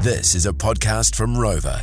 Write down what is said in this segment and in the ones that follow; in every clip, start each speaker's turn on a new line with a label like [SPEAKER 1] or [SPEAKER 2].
[SPEAKER 1] This is a podcast from Rover.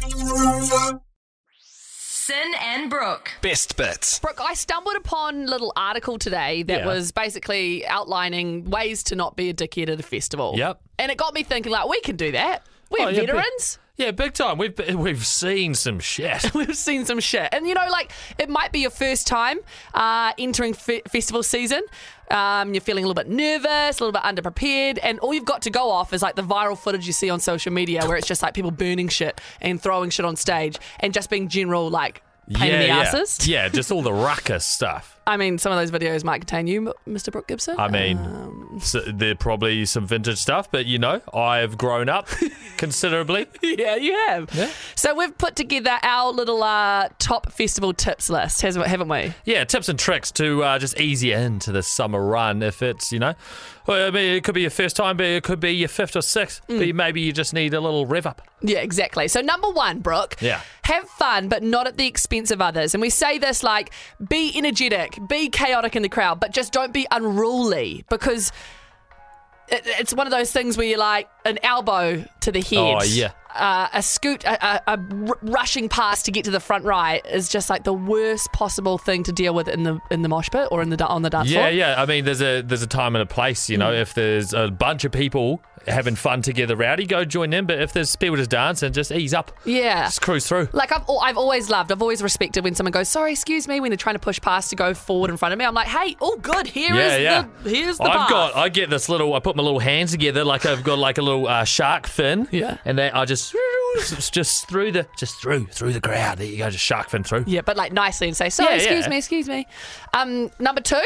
[SPEAKER 2] Sin and Brooke.
[SPEAKER 3] Best bits.
[SPEAKER 4] Brooke, I stumbled upon a little article today that
[SPEAKER 3] Yeah.
[SPEAKER 4] was basically outlining ways to not be a dickhead at a festival.
[SPEAKER 3] Yep.
[SPEAKER 4] And it got me thinking, like, we can do that. We're
[SPEAKER 3] Oh, yeah, big-
[SPEAKER 4] veterans.
[SPEAKER 3] Yeah, big time. We've we've seen some shit.
[SPEAKER 4] We've seen some shit. And, you know, like, it might be your first time uh, entering fe- festival season. Um, you're feeling a little bit nervous, a little bit underprepared. And all you've got to go off is, like, the viral footage you see on social media where it's just, like, people burning shit and throwing shit on stage and just being general, like, pain
[SPEAKER 3] yeah,
[SPEAKER 4] in the
[SPEAKER 3] yeah.
[SPEAKER 4] asses.
[SPEAKER 3] Yeah, just all the ruckus stuff.
[SPEAKER 4] I mean, some of those videos might contain you, Mr. Brooke Gibson.
[SPEAKER 3] I mean,
[SPEAKER 4] Um.
[SPEAKER 3] so they're probably some vintage stuff, but you know, I've grown up considerably.
[SPEAKER 4] yeah, you have. So we've put together our little uh, top festival tips list, has- haven't we?
[SPEAKER 3] Yeah, tips and tricks to uh, just ease you into the summer run. If it's you know, well, I mean, it could be your first time, but it could be your fifth or sixth.
[SPEAKER 4] Mm.
[SPEAKER 3] But maybe you just need a little rev up.
[SPEAKER 4] Yeah, exactly. So number one, Brooke.
[SPEAKER 3] Yeah.
[SPEAKER 4] Have fun, but not at the expense of others. And we say this like, be energetic, be chaotic in the crowd, but just don't be unruly because it, it's one of those things where you're like an elbow to the head.
[SPEAKER 3] Oh, yeah.
[SPEAKER 4] Uh, a scoot, a, a, a r- rushing past to get to the front right is just like the worst possible thing to deal with in the in the mosh pit or in the da- on the dance
[SPEAKER 3] Yeah,
[SPEAKER 4] floor.
[SPEAKER 3] yeah. I mean, there's a there's a time and a place. You know,
[SPEAKER 4] Hmm.
[SPEAKER 3] if there's a bunch of people having fun together, rowdy, go join them. But if there's people just dancing, just ease up.
[SPEAKER 4] Yeah.
[SPEAKER 3] just cruise through.
[SPEAKER 4] Like I've al- I've always loved, I've always respected when someone goes, "Sorry, excuse me," when they're trying to push past to go forward in front of me. I'm like, "Hey, all good. Here is
[SPEAKER 3] yeah, yeah.
[SPEAKER 4] the here's the
[SPEAKER 3] I've
[SPEAKER 4] path."
[SPEAKER 3] got. I get this little. I put my little hands together like I've got like a little uh, shark fin.
[SPEAKER 4] Yeah.
[SPEAKER 3] And then I just just through the just through through the crowd. There you go. Just shark fin through.
[SPEAKER 4] yeah, but like nicely and say, "Sorry,
[SPEAKER 3] Yeah,
[SPEAKER 4] excuse
[SPEAKER 3] yeah.
[SPEAKER 4] me, excuse me." Um, number two,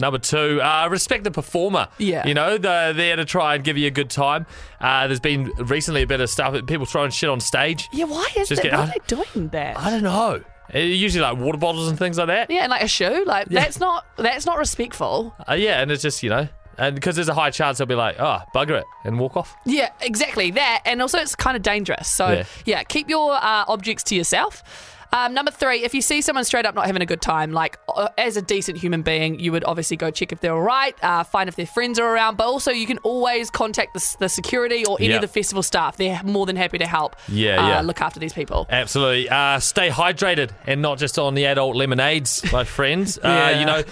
[SPEAKER 3] Number two, uh, respect the performer.
[SPEAKER 4] Yeah.
[SPEAKER 3] You know, they're there to try and give you a good time. Uh, there's been recently a bit of stuff, people throwing shit on stage.
[SPEAKER 4] yeah, why is
[SPEAKER 3] Just
[SPEAKER 4] that?
[SPEAKER 3] get-
[SPEAKER 4] Why are they doing that?
[SPEAKER 3] I don't know. Uh, Usually like water bottles and things like that.
[SPEAKER 4] yeah, and like a shoe, like that's not that's not respectful.
[SPEAKER 3] Uh, yeah, and it's just, you know, and because there's a high chance they'll be like, oh, bugger it, and walk off.
[SPEAKER 4] Yeah, exactly that, and also it's kind of dangerous. So
[SPEAKER 3] Yeah.
[SPEAKER 4] yeah, keep your uh, objects to yourself. Um, number three, if you see someone straight up not having a good time, like uh, as a decent human being, you would obviously go check if they're all right, uh, find if their friends are around, but also you can always contact the, s- the security or any
[SPEAKER 3] Yeah.
[SPEAKER 4] of the festival staff. They're more than happy to help.
[SPEAKER 3] Yeah,
[SPEAKER 4] uh,
[SPEAKER 3] yeah.
[SPEAKER 4] Look after these people.
[SPEAKER 3] Absolutely. Uh, stay hydrated and not just on the adult lemonades, my friends. uh,
[SPEAKER 4] Yeah.
[SPEAKER 3] you know,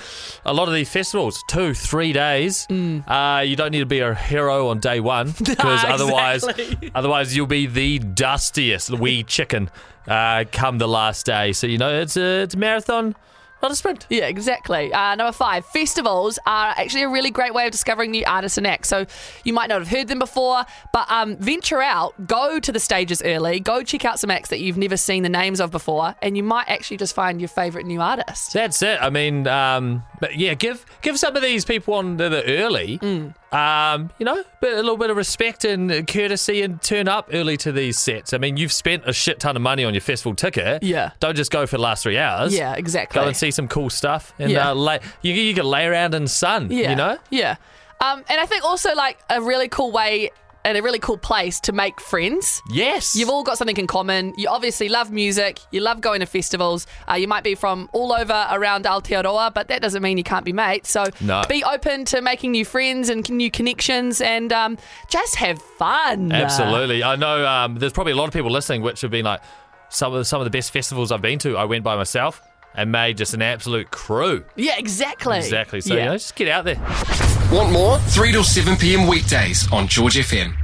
[SPEAKER 3] a lot of these festivals, two, three days.
[SPEAKER 4] Mm.
[SPEAKER 3] Uh, you don't need to be a hero on day one because otherwise,
[SPEAKER 4] Ah, Exactly.
[SPEAKER 3] otherwise you'll be the dustiest wee chicken uh, come the last day. So you know, it's a it's a marathon, not a sprint.
[SPEAKER 4] Yeah, exactly. Uh, number five, festivals are actually a really great way of discovering new artists and acts. So you might not have heard them before, but um, venture out, go to the stages early, go check out some acts that you've never seen the names of before, and you might actually just find your favourite new artist.
[SPEAKER 3] That's it. I mean, um, but yeah, give give some of these people on the, the early,
[SPEAKER 4] Mm.
[SPEAKER 3] um, you know, but a little bit of respect and courtesy, and turn up early to these sets. I mean, you've spent a shit ton of money on your festival ticket.
[SPEAKER 4] Yeah.
[SPEAKER 3] don't just go for the last three hours.
[SPEAKER 4] Yeah, exactly.
[SPEAKER 3] go and see some cool stuff, and
[SPEAKER 4] Yeah.
[SPEAKER 3] uh, lay, you you can lay around in the sun.
[SPEAKER 4] Yeah.
[SPEAKER 3] you know.
[SPEAKER 4] Yeah. Um, and I think also like a really cool way and a really cool place to make friends.
[SPEAKER 3] Yes,
[SPEAKER 4] You've all got something in common. You obviously love music. You love going to festivals. Uh, you might be from all over around Aotearoa, but that doesn't mean you can't be mates. So
[SPEAKER 3] No.
[SPEAKER 4] be open to making new friends and new connections and um, just have fun.
[SPEAKER 3] Absolutely. I know um, there's probably a lot of people listening which have been like, some of, some of the best festivals I've been to, I went by myself and made just an absolute crew.
[SPEAKER 4] Yeah, exactly.
[SPEAKER 3] Exactly. So, you know, just get out there.
[SPEAKER 5] Want more? 3 till 7 p.m. weekdays on George FM.